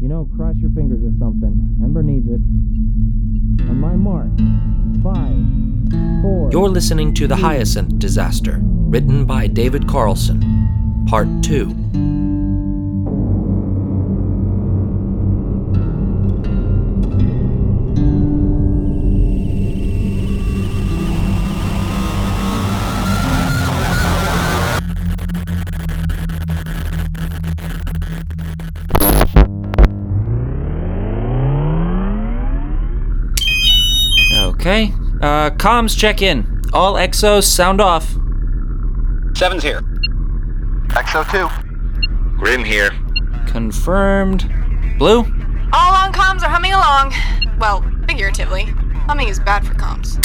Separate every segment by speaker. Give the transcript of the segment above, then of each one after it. Speaker 1: You know, cross your fingers or something. Ember needs it. On my mark. Five, four.
Speaker 2: You're listening to The Hyacinth Disaster, written by David Carlson, Part 2. Okay. Uh, comms check in. All exos sound off.
Speaker 3: Seven's here.
Speaker 4: XO2.
Speaker 5: Grim here.
Speaker 2: Confirmed. Blue?
Speaker 6: All on comms are humming along. Well, figuratively. Humming is bad for comms.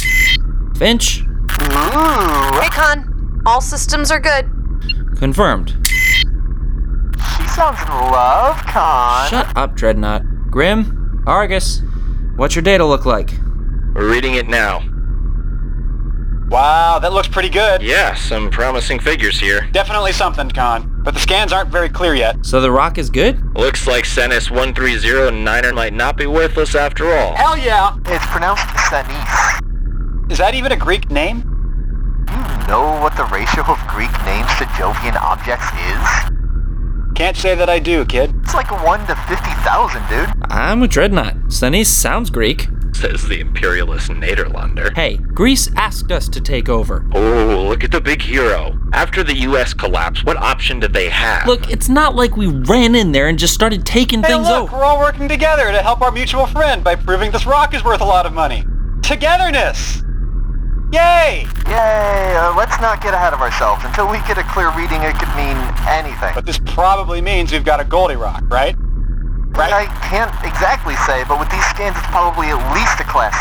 Speaker 2: Finch?
Speaker 4: Ooh,
Speaker 6: Hey, Con. All systems are good.
Speaker 2: Confirmed.
Speaker 4: she sounds in love, Con.
Speaker 2: Shut up, Dreadnought. Grim? Argus? What's your data look like?
Speaker 5: We're reading it now.
Speaker 3: Wow, that looks pretty good.
Speaker 5: Yeah, some promising figures here.
Speaker 3: Definitely something, Con. But the scans aren't very clear yet.
Speaker 2: So the rock is good?
Speaker 5: Looks like Senis 1309er might not be worthless after all.
Speaker 3: Hell yeah!
Speaker 4: It's pronounced Senis.
Speaker 3: Is that even a Greek name?
Speaker 4: You know what the ratio of Greek names to Jovian objects is?
Speaker 3: Can't say that I do, kid.
Speaker 4: It's like 1 to 50,000, dude.
Speaker 2: I'm a Dreadnought. Sunnis sounds Greek.
Speaker 5: Says the imperialist Naderlander.
Speaker 2: Hey, Greece asked us to take over.
Speaker 5: Oh, look at the big hero. After the US collapse, what option did they have?
Speaker 2: Look, it's not like we ran in there and just started taking
Speaker 3: Hey,
Speaker 2: things
Speaker 3: look,
Speaker 2: over.
Speaker 3: we're all working together to help our mutual friend by proving this rock is worth a lot of money. Togetherness! Yay!
Speaker 4: Yay, uh, let's not get ahead of ourselves. Until we get a clear reading, it could mean anything.
Speaker 3: But this probably means we've got a Goldie Rock, right?
Speaker 4: That I can't exactly say, but with these scans, it's probably at least a class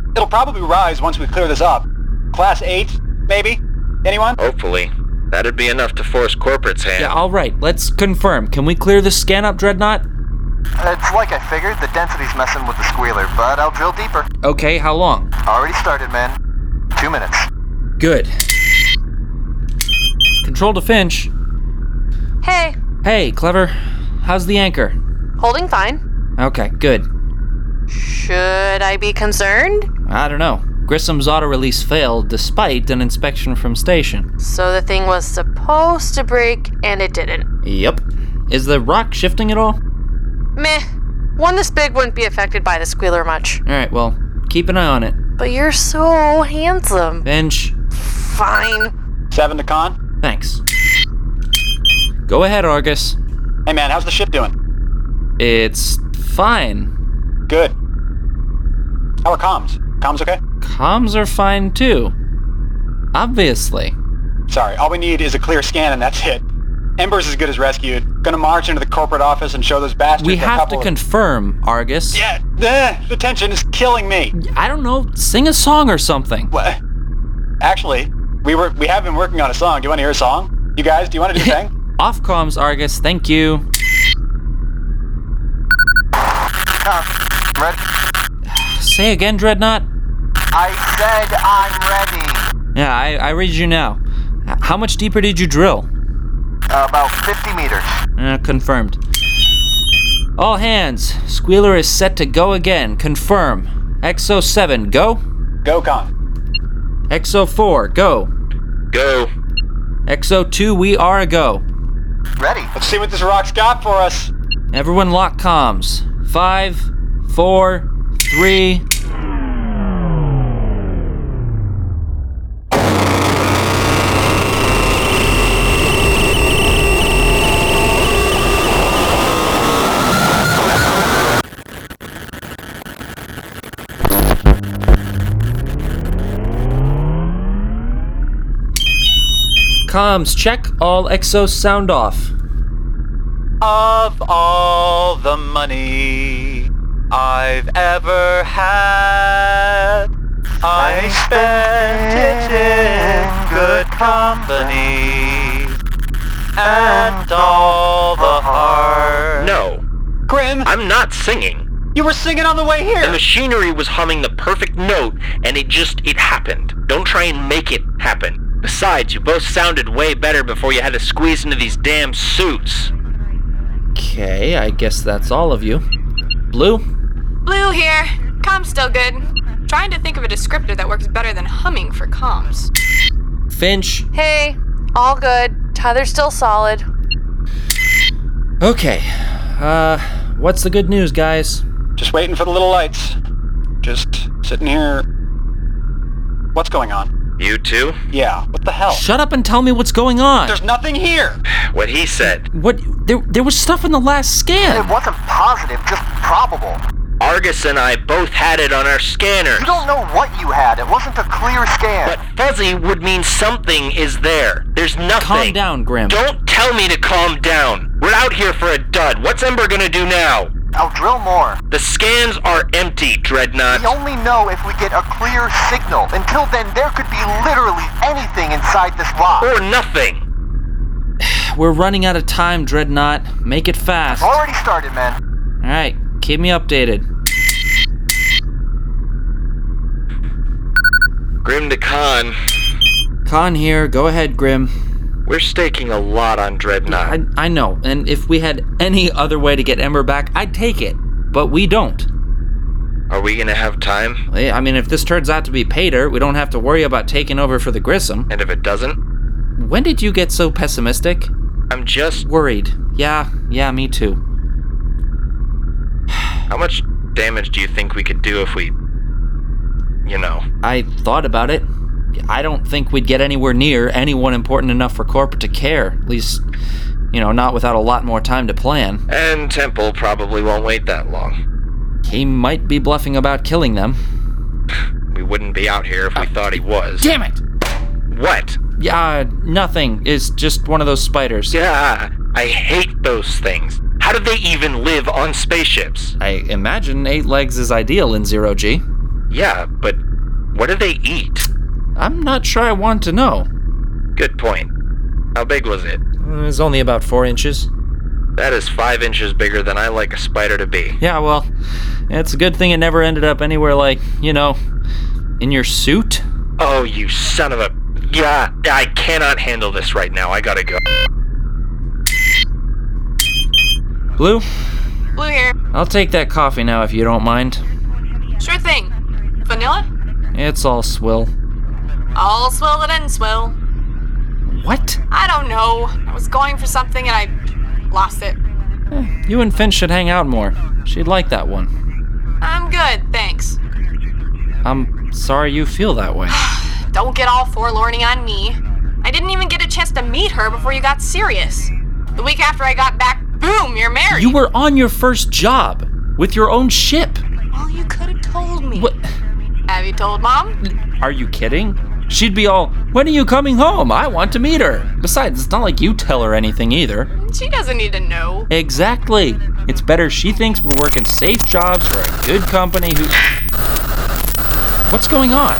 Speaker 4: 6.
Speaker 3: It'll probably rise once we clear this up. Class 8, maybe? Anyone?
Speaker 5: Hopefully. That'd be enough to force corporate's hand.
Speaker 2: Yeah, all right, let's confirm. Can we clear this scan up, Dreadnought?
Speaker 4: It's like I figured, the density's messing with the squealer, but I'll drill deeper.
Speaker 2: Okay, how long?
Speaker 4: Already started, man. Two minutes.
Speaker 2: Good. Control to Finch.
Speaker 6: Hey,
Speaker 2: Hey, Clever. How's the anchor?
Speaker 6: holding fine.
Speaker 2: Okay, good.
Speaker 6: Should I be concerned?
Speaker 2: I don't know. Grissom's auto release failed despite an inspection from station.
Speaker 6: So the thing was supposed to break, and it didn't.
Speaker 2: Yep. Is the rock shifting at all?
Speaker 6: Meh. One this big wouldn't be affected by the squealer much.
Speaker 2: Alright, well, keep an eye on it.
Speaker 6: But you're so handsome.
Speaker 2: Finch,
Speaker 6: Fine.
Speaker 3: 7 to Con?
Speaker 2: thanks. Go ahead, Argus.
Speaker 3: Hey man, how's the ship doing?
Speaker 2: It's fine.
Speaker 3: Good. How are comms? Comms okay?
Speaker 2: Comms are fine too. Obviously.
Speaker 3: Sorry, all we need is a clear scan and that's it. Ember's as good as rescued. Gonna march into the corporate office and show those bastards
Speaker 2: We
Speaker 3: a
Speaker 2: have to
Speaker 3: couple of-
Speaker 2: confirm, Argus.
Speaker 3: Yeah, eh, the, the tension is killing me.
Speaker 2: I don't know, sing a song or something.
Speaker 3: What? Actually, we were we have been working on a song. Do you want to hear a song? You guys, do you want to do a thing?
Speaker 2: Off comms, Argus, thank you.
Speaker 4: Tom, I'm ready.
Speaker 2: Say again, Dreadnought.
Speaker 4: I said I'm ready.
Speaker 2: Yeah, I, I read you now. H- How much deeper did you drill?
Speaker 4: About 50 meters.
Speaker 2: Uh, confirmed. All hands. Squealer is set to go again. Confirm. XO7, go.
Speaker 3: Go con.
Speaker 2: XO4, go.
Speaker 5: Go.
Speaker 2: XO2, we are a go.
Speaker 4: Ready.
Speaker 3: Let's see what this rock's got for us.
Speaker 2: Everyone lock comms. Five, four, three. Comms check, all exos sound off.
Speaker 3: Of all the money I've ever had, I spent it in good company. And all the hard.
Speaker 5: No.
Speaker 3: Grim,
Speaker 5: I'm not singing.
Speaker 3: you were singing on the way
Speaker 5: The
Speaker 3: here.
Speaker 5: machinery was humming the perfect note, and it just, it happened. Don't try and make it happen. Besides, you both sounded way better before you had to squeeze into these damn suits.
Speaker 2: Okay, I guess that's all of you. Blue?
Speaker 6: Blue here. Com's still good. Trying to think of a descriptor that works better than humming for comms.
Speaker 2: Finch?
Speaker 7: Hey, all good. Tyler's still solid.
Speaker 2: Okay. Uh, what's the good news, guys?
Speaker 3: Just waiting for the little lights. Just sitting here. What's going on?
Speaker 5: You too?
Speaker 3: Yeah, what the hell?
Speaker 2: Shut up and tell me what's going on.
Speaker 3: There's nothing here!
Speaker 5: What he said.
Speaker 2: What? There, there was stuff in the last
Speaker 4: It
Speaker 2: scan.
Speaker 4: wasn't positive, just probable.
Speaker 5: Argus and I both had it on our scanner.
Speaker 4: You don't know what you had. It wasn't a clear scan.
Speaker 5: But fuzzy would mean something is there. There's nothing.
Speaker 2: Calm down, Grim.
Speaker 5: Don't tell me to calm down. We're out here for a dud. What's Ember gonna do now?
Speaker 4: I'll drill more.
Speaker 5: The scans are empty, Dreadnought.
Speaker 4: We only know if we get a clear signal. Until then, there could be literally anything inside this rock.
Speaker 5: Or nothing.
Speaker 2: We're running out of time, Dreadnought. Make it fast. All
Speaker 4: Already started, man.
Speaker 2: right, keep me updated.
Speaker 5: Grim to Khan,
Speaker 2: Con here. Go ahead, Grim.
Speaker 5: we're staking a lot on Dreadnought.
Speaker 2: I, I know, and if we had any other way to get Ember back, I'd take it. But we don't.
Speaker 5: Are we gonna have time?
Speaker 2: Eh, I mean, if this turns out to be pay dirt, we don't have to worry about taking over for the Grissom.
Speaker 5: And if it doesn't?
Speaker 2: When did you get so pessimistic?
Speaker 5: I'm just.
Speaker 2: Worried. Yeah, yeah, me too.
Speaker 5: How much damage do you think we could do if we. You know.
Speaker 2: I thought about it. I don't think we'd get anywhere near anyone important enough for corporate to care. At least, you know, not without a lot more time to plan.
Speaker 5: And Temple probably won't wait that long.
Speaker 2: He might be bluffing about killing them.
Speaker 5: We wouldn't be out here if
Speaker 2: Uh,
Speaker 5: we thought he was.
Speaker 2: Damn it!
Speaker 5: What?
Speaker 2: Yeah, nothing. It's just one of those spiders.
Speaker 5: Yeah, I hate those things. How do they even live on spaceships?
Speaker 2: I imagine eight legs is ideal in zero G.
Speaker 5: Yeah, but what do they eat?
Speaker 2: I'm not sure I want to know.
Speaker 5: Good point. How big was it?
Speaker 2: Uh, It's only about four inches.
Speaker 5: That is five inches bigger than I like a spider to be.
Speaker 2: Yeah, well, it's a good thing it never ended up anywhere like, you know, in your suit.
Speaker 5: Oh, you son of a. Yeah, I cannot handle this right now. I gotta go.
Speaker 2: Blue,
Speaker 6: Blue here.
Speaker 2: I'll take that coffee now if you don't mind.
Speaker 6: Sure thing. Vanilla?
Speaker 2: It's all swill.
Speaker 6: All swill that ends swill.
Speaker 2: What?
Speaker 6: I don't know. I was going for something and I lost it.
Speaker 2: You and Finch should hang out more. She'd like that one.
Speaker 6: I'm good, thanks.
Speaker 2: I'm sorry you feel that way.
Speaker 6: Don't get all forlorny on me. I didn't even get a chance to meet her before you got serious. The week after I got back, boom, you're married.
Speaker 2: You were on your first job with your own ship.
Speaker 6: Well, you could have told me.
Speaker 2: What?
Speaker 6: Have you told mom?
Speaker 2: Are you kidding? She'd be all, when are you coming home? I want to meet her. Besides, it's not like you tell her anything either.
Speaker 6: She doesn't need to know.
Speaker 2: Exactly. It's better she thinks we're working safe jobs for a good company who. What's going on?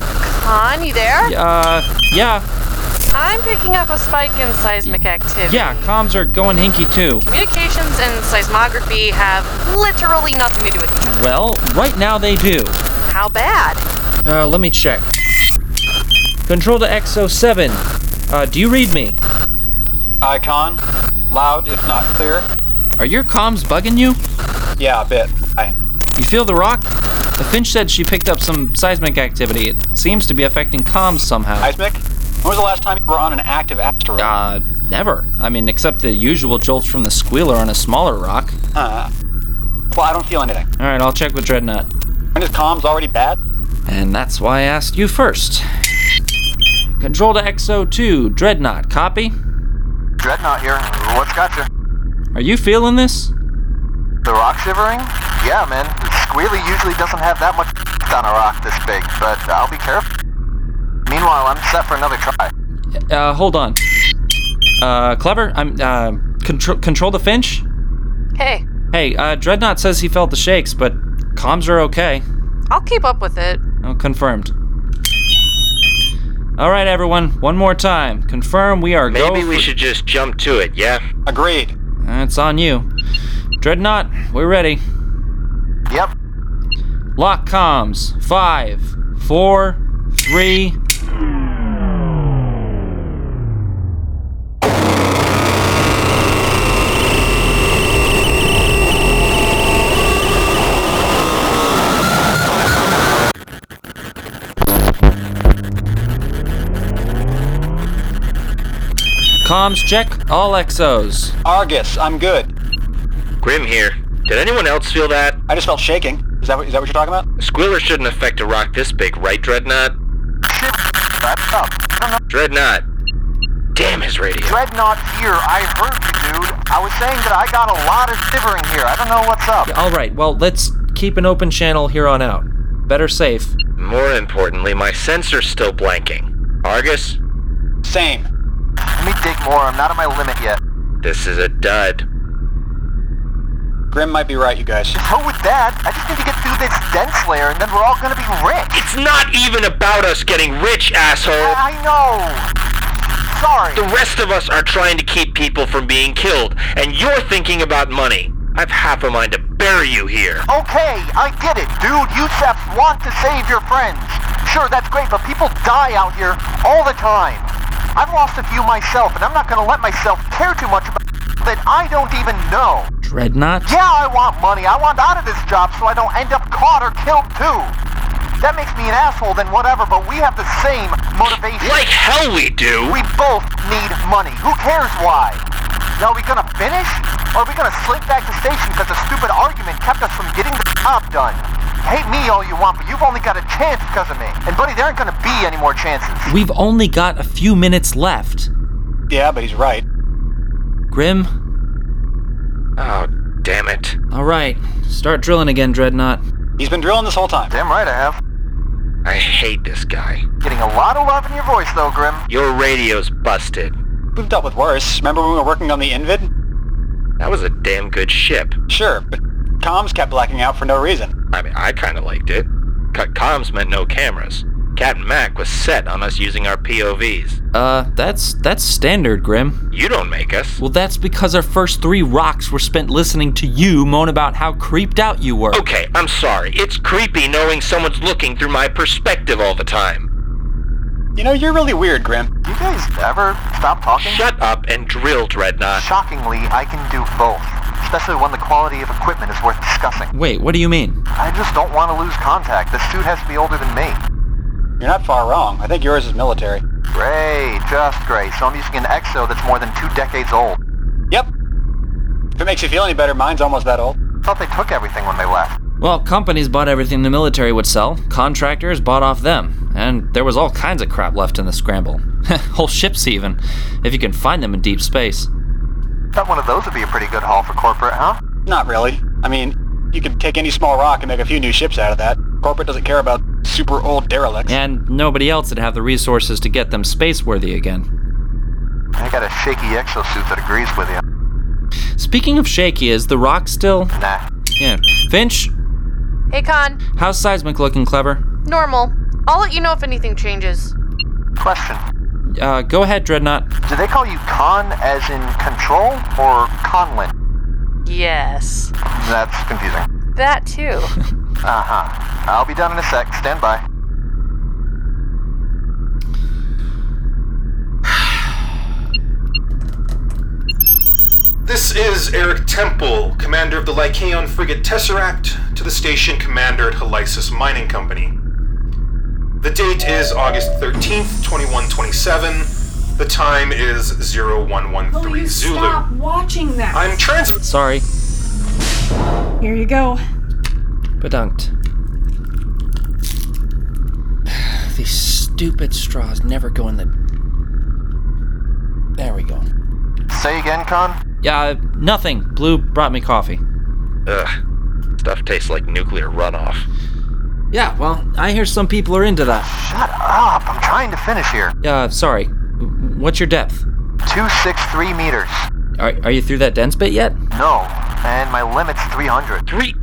Speaker 7: Khan, you there?
Speaker 2: Uh, yeah,
Speaker 7: I'm picking up a spike in seismic activity.
Speaker 2: yeah, comms are going hinky too.
Speaker 7: Communications and seismography have literally nothing to do with each other.
Speaker 2: Well, right now they do.
Speaker 7: How bad?
Speaker 2: Uh, let me check. Control to XO7. Uh, do you read me?
Speaker 3: Icon? Loud, if not clear?
Speaker 2: Are your comms bugging you?
Speaker 3: Yeah, a bit. I,
Speaker 2: You feel the rock? The Finch said she picked up some seismic activity. It seems to be affecting comms somehow.
Speaker 3: Ismic? When was the last time you were on an active asteroid?
Speaker 2: Uh, never. I mean, except the usual jolts from the squealer on a smaller rock.
Speaker 3: Uh, well, I don't feel anything.
Speaker 2: All right, I'll check with Dreadnought.
Speaker 3: Aren't his comms already bad?
Speaker 2: And that's why I asked you first. Control to XO2, Dreadnought, copy?
Speaker 4: Dreadnought here. What's got you?
Speaker 2: Are you feeling this?
Speaker 4: The rock shivering? Yeah, man. Squealy usually doesn't have that much on a rock this big, but I'll be careful. Meanwhile, I'm set for another try.
Speaker 2: Uh, hold on. Uh, clever? I'm, uh, control, control the Finch?
Speaker 7: Hey,
Speaker 2: Hey, uh, Dreadnought says he felt the shakes, but comms are okay.
Speaker 7: I'll keep up with it.
Speaker 2: Oh, confirmed. All right, everyone, one more time. Confirm we are go
Speaker 5: Maybe we
Speaker 2: for-
Speaker 5: should just jump to it, yeah?
Speaker 3: Agreed.
Speaker 2: Uh, it's on you. Dreadnought, we're ready.
Speaker 4: Yep.
Speaker 2: Lock comms. Five, four, three. Comms check. All XOs.
Speaker 3: Argus, I'm good.
Speaker 5: Grim here. Did anyone else feel that?
Speaker 3: I just felt shaking. Is that what, is that what you're talking about?
Speaker 5: A squealer shouldn't affect a rock this big, right, Dreadnought?
Speaker 4: Shit, that's up. I don't know.
Speaker 5: Dreadnought. Damn his radio.
Speaker 4: Dreadnought here, I heard you, dude. I was saying that I got a lot of shivering here. I don't know what's up.
Speaker 2: All right. Well, let's keep an open channel here on out. Better safe.
Speaker 5: More importantly, my sensor's still blanking. Argus,
Speaker 3: Same.
Speaker 4: Let me dig more. I'm not at my limit yet.
Speaker 5: this is a dud.
Speaker 3: Grim might be right, you guys.
Speaker 4: So with that, I just need to get through this dense layer and then we're all gonna be rich.
Speaker 5: It's not even about us getting rich, asshole!
Speaker 4: I know. Sorry.
Speaker 5: The rest of us are trying to keep people from being killed, and you're thinking about money. I've half a mind to bury you here.
Speaker 4: Okay, I get it, dude. You chaps want to save your friends. Sure, that's great, but people die out here all the time. I've lost a few myself, and I'm not gonna let myself care too much about that I don't even know.
Speaker 2: Dreadnought?
Speaker 4: Yeah, I want money. I want out of this job so I don't end up caught or killed too. That makes me an asshole, then whatever, but we have the same motivation.
Speaker 5: Like hell we do!
Speaker 4: We both need money. Who cares why? Now, are we gonna finish? Or are we gonna slink back to station because a stupid argument kept us from getting the job done? Hate me all you want, but you've only got a chance because of me. And buddy, there aren't gonna be any more chances.
Speaker 2: We've only got a few minutes left.
Speaker 3: Yeah, but he's right.
Speaker 2: Grim?
Speaker 5: oh, damn it.
Speaker 2: All right. Start drilling again, Dreadnought.
Speaker 3: He's been drilling this whole time.
Speaker 4: Damn right I have.
Speaker 5: I hate this guy.
Speaker 4: Getting a lot of love in your voice though, Grim.
Speaker 5: Your radio's busted.
Speaker 3: We've dealt with worse. Remember when we were working on the Invid?
Speaker 5: That was a damn good ship.
Speaker 3: Sure, but comms kept blacking out for no reason.
Speaker 5: I mean, I kinda liked it. Cut comms meant no cameras. Captain Mac was set on us using our POVs.
Speaker 2: Uh, that's that's standard, Grim.
Speaker 5: You don't make us.
Speaker 2: Well, that's because our first three rocks were spent listening to you moan about how creeped out you were.
Speaker 5: Okay, I'm sorry. It's creepy knowing someone's looking through my perspective all the time.
Speaker 3: You know, you're really weird, Grim.
Speaker 4: You guys ever stop talking?
Speaker 5: Shut up and drill, Dreadnought.
Speaker 4: Shockingly, I can do both. Especially when the quality of equipment is worth discussing.
Speaker 2: Wait, what do you mean?
Speaker 4: I just don't want to lose contact. This dude has to be older than me.
Speaker 3: You're not far wrong. I think yours is military.
Speaker 4: Great, just great. So I'm using an EXO that's more than two decades old.
Speaker 3: Yep. If it makes you feel any better, mine's almost that old.
Speaker 4: Thought they took everything when they left.
Speaker 2: Well, companies bought everything the military would sell, contractors bought off them, and there was all kinds of crap left in the scramble. Whole ships, even, if you can find them in deep space.
Speaker 4: Thought one of those would be a pretty good haul for corporate, huh?
Speaker 3: Not really. I mean, you could take any small rock and make a few new ships out of that. Corporate doesn't care about super old derelicts.
Speaker 2: And nobody else would have the resources to get them space worthy again.
Speaker 4: I got a shaky exosuit that agrees with you.
Speaker 2: Speaking of shaky, is the rock still?
Speaker 4: Nah.
Speaker 2: Yeah. Finch,
Speaker 7: Hey, Con.
Speaker 2: how's seismic looking, clever?
Speaker 7: Normal. I'll let you know if anything changes.
Speaker 4: Question.
Speaker 2: Uh, go ahead, Dreadnought.
Speaker 4: Do they call you Con as in control or Conlin?
Speaker 7: Yes.
Speaker 4: That's confusing.
Speaker 7: That too.
Speaker 4: Uh-huh. I'll be done in a sec. Stand by.
Speaker 8: This is Eric Temple, commander of the Lycaon frigate Tesseract, to the station commander at Helisus Mining Company. The date is August 13th, 2127. The time is 0113
Speaker 9: Will you
Speaker 8: Zulu.
Speaker 9: stop watching that?
Speaker 8: I'm trans.
Speaker 2: Sorry.
Speaker 9: Here you go.
Speaker 2: Bedunked. These stupid straws never go in the. There we go.
Speaker 4: Say again, Con?
Speaker 2: Yeah, uh, nothing. Blue brought me coffee.
Speaker 5: Ugh. Stuff tastes like nuclear runoff.
Speaker 2: Yeah, well, I hear some people are into that.
Speaker 4: Shut up. I'm trying to finish here.
Speaker 2: Uh, sorry. W- What's your depth?
Speaker 4: 263 meters.
Speaker 2: Are, are you through that dense bit yet?
Speaker 4: No. And my limit's 300.
Speaker 5: Three.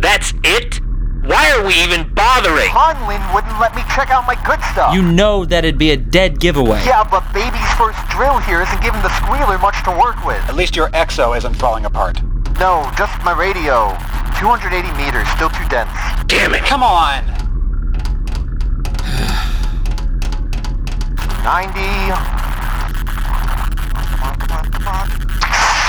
Speaker 5: That's it? Why are we even bothering?
Speaker 4: Conlin wouldn't let me check out my good stuff.
Speaker 2: You know that'd be a dead giveaway.
Speaker 4: Yeah, but baby's first drill here isn't giving the squealer much to work with.
Speaker 3: At least your exo isn't falling apart.
Speaker 4: No, just my radio. 280 meters, still too dense.
Speaker 5: Damn it.
Speaker 3: Come on!
Speaker 4: 90.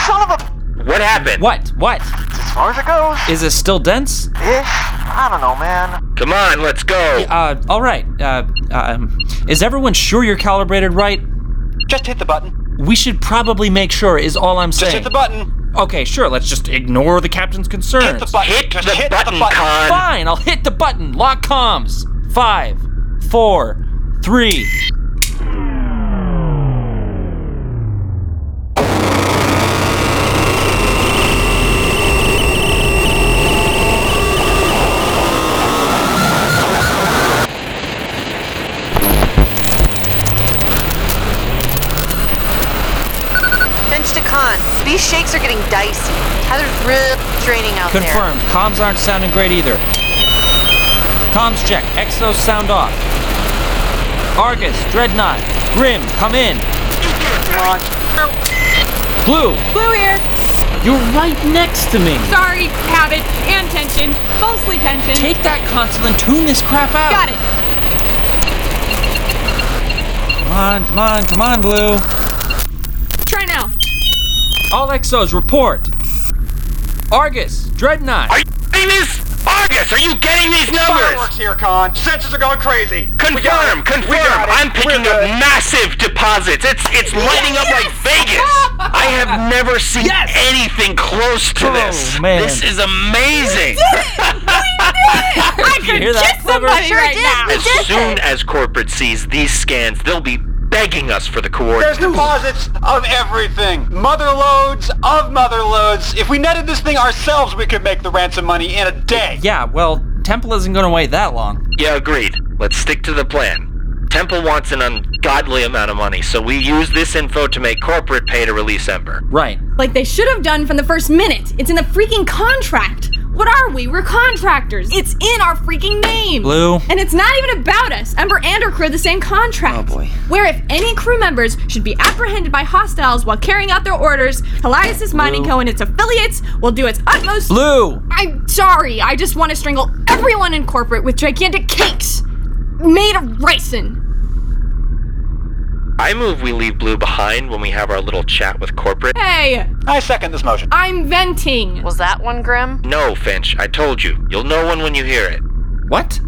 Speaker 4: Son of a...
Speaker 5: What happened?
Speaker 2: What? What?
Speaker 4: As far as it goes,
Speaker 2: Is it still dense?
Speaker 4: ish. I don't know, man.
Speaker 5: Come on, let's go.
Speaker 2: Uh, all right. Uh, um, is everyone sure you're calibrated right?
Speaker 3: Just hit the button.
Speaker 2: We should probably make sure, is all I'm
Speaker 3: Just
Speaker 2: saying.
Speaker 3: hit the button.
Speaker 2: Okay, sure, let's just ignore the captain's concerns.
Speaker 3: Hit the button.
Speaker 5: Hit
Speaker 3: uh, Just
Speaker 5: the
Speaker 3: hit
Speaker 5: button,
Speaker 3: the button.
Speaker 5: Con.
Speaker 2: Fine, I'll hit the button. Lock comms. Five, four, three.
Speaker 7: Finch to con. These shakes are getting dicey. Heather's rib draining out there.
Speaker 2: Confirmed. Comms aren't sounding great either. Comms check. Exos sound off. Argus, Dreadnought, Grim, come in. Blue,
Speaker 10: Blue ear,
Speaker 1: You're right next to me.
Speaker 10: sorry, habit, and tension. Mostly tension.
Speaker 2: take that console and tune this crap out.
Speaker 10: Got it.
Speaker 2: Come on, come on, come on, Blue.
Speaker 10: Try now.
Speaker 2: All Exos report. Argus, Dreadnought.
Speaker 5: Are you getting this? Argus, are you getting these
Speaker 3: Fireworks
Speaker 5: numbers?
Speaker 3: here, Con. Sensors are going crazy. We got it.
Speaker 5: Confirm,
Speaker 3: We got
Speaker 5: confirm.
Speaker 3: it.
Speaker 5: I'm picking
Speaker 3: We're
Speaker 5: up
Speaker 3: good.
Speaker 5: massive deposits. It's it's lighting up like Vegas. I have never seen
Speaker 2: Yes.
Speaker 5: anything close to
Speaker 2: Oh,
Speaker 5: this.
Speaker 2: man.
Speaker 5: This is amazing.
Speaker 10: I
Speaker 2: you
Speaker 10: could
Speaker 2: hear that,
Speaker 10: kiss somebody
Speaker 7: Sure
Speaker 10: right
Speaker 7: did.
Speaker 10: now.
Speaker 5: As soon as corporate sees these scans, they'll be begging us for the
Speaker 3: There's
Speaker 5: coordinates.
Speaker 3: deposits of everything. Mother loads of mother loads. If we netted this thing ourselves, we could make the ransom money in a day.
Speaker 2: Yeah, well, Temple isn't gonna wait that long.
Speaker 5: Yeah, agreed. Let's stick to the plan. Temple wants an ungodly amount of money, so we use this info to make corporate pay to release Ember.
Speaker 2: Right.
Speaker 10: Like they should have done from the first minute. It's in the freaking contract. What are we? We're contractors. It's in our freaking name.
Speaker 2: Blue.
Speaker 10: And it's not even about us. Ember and her crew have the same contract.
Speaker 2: Oh, boy.
Speaker 10: Where if any crew members should be apprehended by hostiles while carrying out their orders, Helias's Mining Co. and its affiliates will do its utmost.
Speaker 2: Blue!
Speaker 10: I'm sorry. I just want to strangle everyone in corporate with gigantic cakes made of ricin.
Speaker 5: I move we leave Blue behind when we have our little chat with corporate.
Speaker 10: Hey,
Speaker 3: I second this motion.
Speaker 10: I'm venting.
Speaker 7: Was that one grim?
Speaker 5: No, Finch, I told you. You'll know one when you hear it.
Speaker 2: What?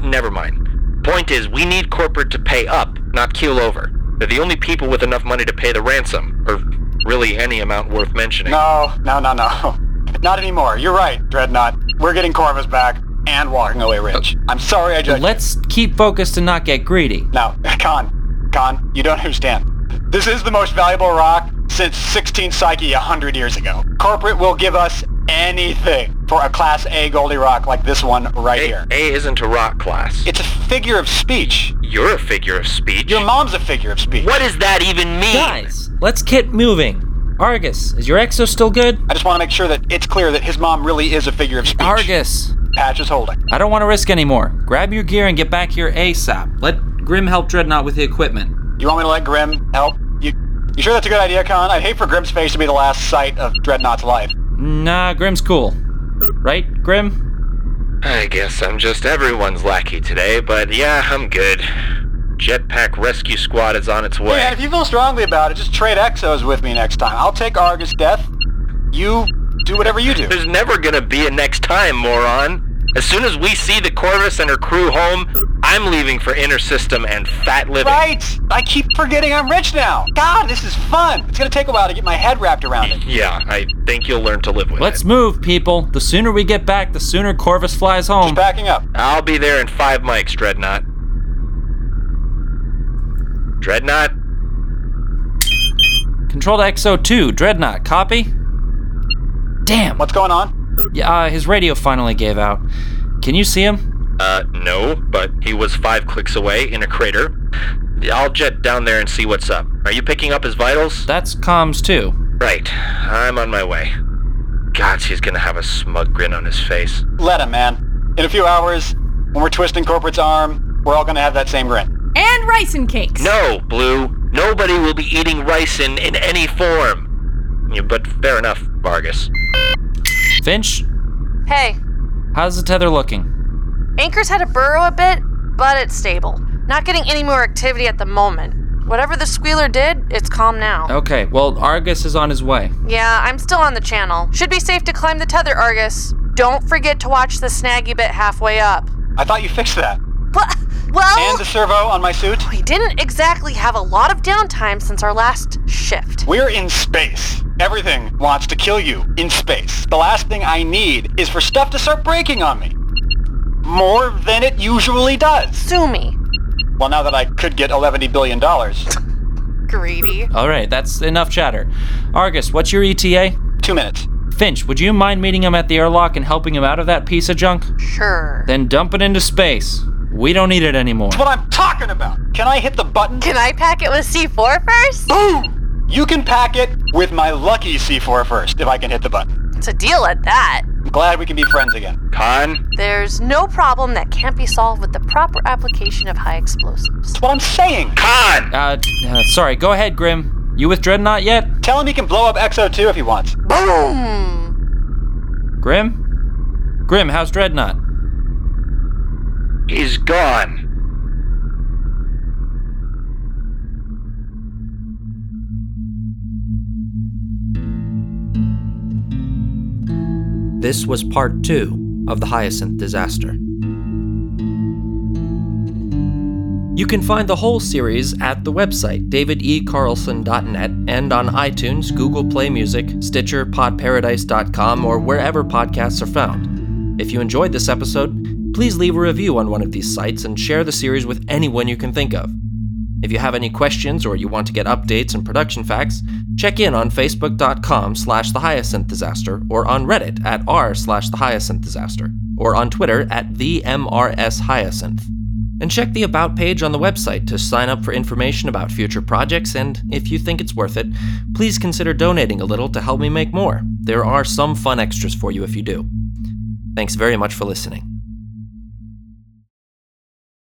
Speaker 5: Never mind. Point is, we need corporate to pay up, not keel over. They're the only people with enough money to pay the ransom, or really any amount worth mentioning.
Speaker 3: No, no, no, no. Not anymore. You're right, Dreadnought. We're getting Corvus back and walking away rich.
Speaker 5: Uh,
Speaker 3: I'm sorry I judged.
Speaker 2: Let's keep focused and not get greedy.
Speaker 3: Now, Con, Con, you don't understand. This is the most valuable rock since 16 Psyche 100 years ago. Corporate will give us anything for a Class A Goldie rock like this one right
Speaker 5: A,
Speaker 3: here.
Speaker 5: a isn't a rock class.
Speaker 3: It's a figure of speech.
Speaker 5: You're a figure of speech.
Speaker 3: Your mom's a figure of speech.
Speaker 5: What does that even mean?
Speaker 2: Guys, let's get moving. Argus, is your exo still good?
Speaker 3: I just want to make sure that it's clear that his mom really is a figure of speech.
Speaker 2: Argus,
Speaker 3: Patch is holding.
Speaker 2: I don't want to risk anymore. Grab your gear and get back here ASAP. Let Grim help Dreadnought with the equipment.
Speaker 3: You want me to let Grim help? You, you sure that's a good idea, Con? I'd hate for Grim's face to be the last sight of Dreadnought's life.
Speaker 2: Nah, Grim's cool. Right, Grim?
Speaker 5: I guess I'm just everyone's lackey today, but yeah, I'm good. Jetpack Rescue Squad is on its way.
Speaker 3: Yeah, and if you feel strongly about it, just trade exos with me next time. I'll take Argus Death. You do whatever you do.
Speaker 5: There's never gonna be a next time, moron. As soon as we see the Corvus and her crew home, I'm leaving for Inner System and Fat Living.
Speaker 3: Right! I keep forgetting I'm rich now! God, this is fun! It's gonna take a while to get my head wrapped around it.
Speaker 5: Yeah, I think you'll learn to live with
Speaker 2: Let's
Speaker 5: it.
Speaker 2: move, people. The sooner we get back, the sooner Corvus flies home.
Speaker 3: Backing up.
Speaker 5: I'll be there in five mics, Dreadnought. Dreadnought?
Speaker 2: Control to Exo 2, Dreadnought, copy? Damn.
Speaker 3: What's going on?
Speaker 2: Yeah, uh, his radio finally gave out. Can you see him?
Speaker 5: Uh, no, but he was five clicks away in a crater. I'll jet down there and see what's up. Are you picking up his vitals?
Speaker 2: That's comms too.
Speaker 5: Right. I'm on my way. God, he's gonna have a smug grin on his face.
Speaker 3: Let him, man. In a few hours, when we're twisting Corporate's arm, we're all gonna have that same grin.
Speaker 10: And ricin cakes.
Speaker 5: No, Blue. Nobody will be eating rice in, in any form. Yeah, But fair enough, Vargas.
Speaker 2: Finch,
Speaker 7: Hey,
Speaker 2: how's the tether looking?
Speaker 7: anchors had to burrow a bit, but it's stable. Not getting any more activity at the moment. Whatever the squealer did, it's calm now.
Speaker 2: Okay, well, Argus is on his way.
Speaker 7: Yeah, I'm still on the channel. Should be safe to climb the tether, Argus. Don't forget to watch the snaggy bit halfway up.
Speaker 3: I thought you fixed that.
Speaker 7: What? Well-
Speaker 3: and the servo on my suit.
Speaker 7: We didn't exactly have a lot of downtime since our last shift.
Speaker 3: We're in space. Everything wants to kill you in space. The last thing I need is for stuff to start breaking on me. More than it usually does.
Speaker 7: Sue me.
Speaker 3: Well, now that I could get $11 billion,
Speaker 7: Greedy.
Speaker 11: All right, that's enough chatter. Argus, what's your ETA?
Speaker 3: Two minutes.
Speaker 11: Finch, would you mind meeting him at the airlock and helping him out of that piece of junk?
Speaker 7: Sure.
Speaker 11: Then dump it into space. We don't need it anymore.
Speaker 3: what I'm talking about. Can I hit the button?
Speaker 7: Can I pack it with C4 first?
Speaker 3: Boom! You can pack it with my lucky C4 first, if I can hit the button.
Speaker 7: It's a deal at that.
Speaker 3: I'm glad we can be friends again.
Speaker 5: Con?
Speaker 7: There's no problem that can't be solved with the proper application of high explosives.
Speaker 3: That's what I'm saying.
Speaker 5: Con!
Speaker 11: Uh, uh, sorry, go ahead, Grim. You with Dreadnought yet?
Speaker 3: Tell him he can blow up XO2 if he wants.
Speaker 7: Boom!
Speaker 11: Grim? Grim, how's Dreadnought?
Speaker 5: He's gone.
Speaker 2: This was part two of the Hyacinth disaster. You can find the whole series at the website davidecarlson.net and on iTunes, Google Play Music, Stitcher, podparadise.com, or wherever podcasts are found. If you enjoyed this episode, please leave a review on one of these sites and share the series with anyone you can think of. If you have any questions or you want to get updates and production facts, check in on facebook.com slash the hyacinth disaster or on Reddit at r slash the hyacinth disaster or on Twitter at the MRS hyacinth. And check the About page on the website to sign up for information about future projects, and if you think it's worth it, please consider donating a little to help me make more. There are some fun extras for you if you do. Thanks very much for listening.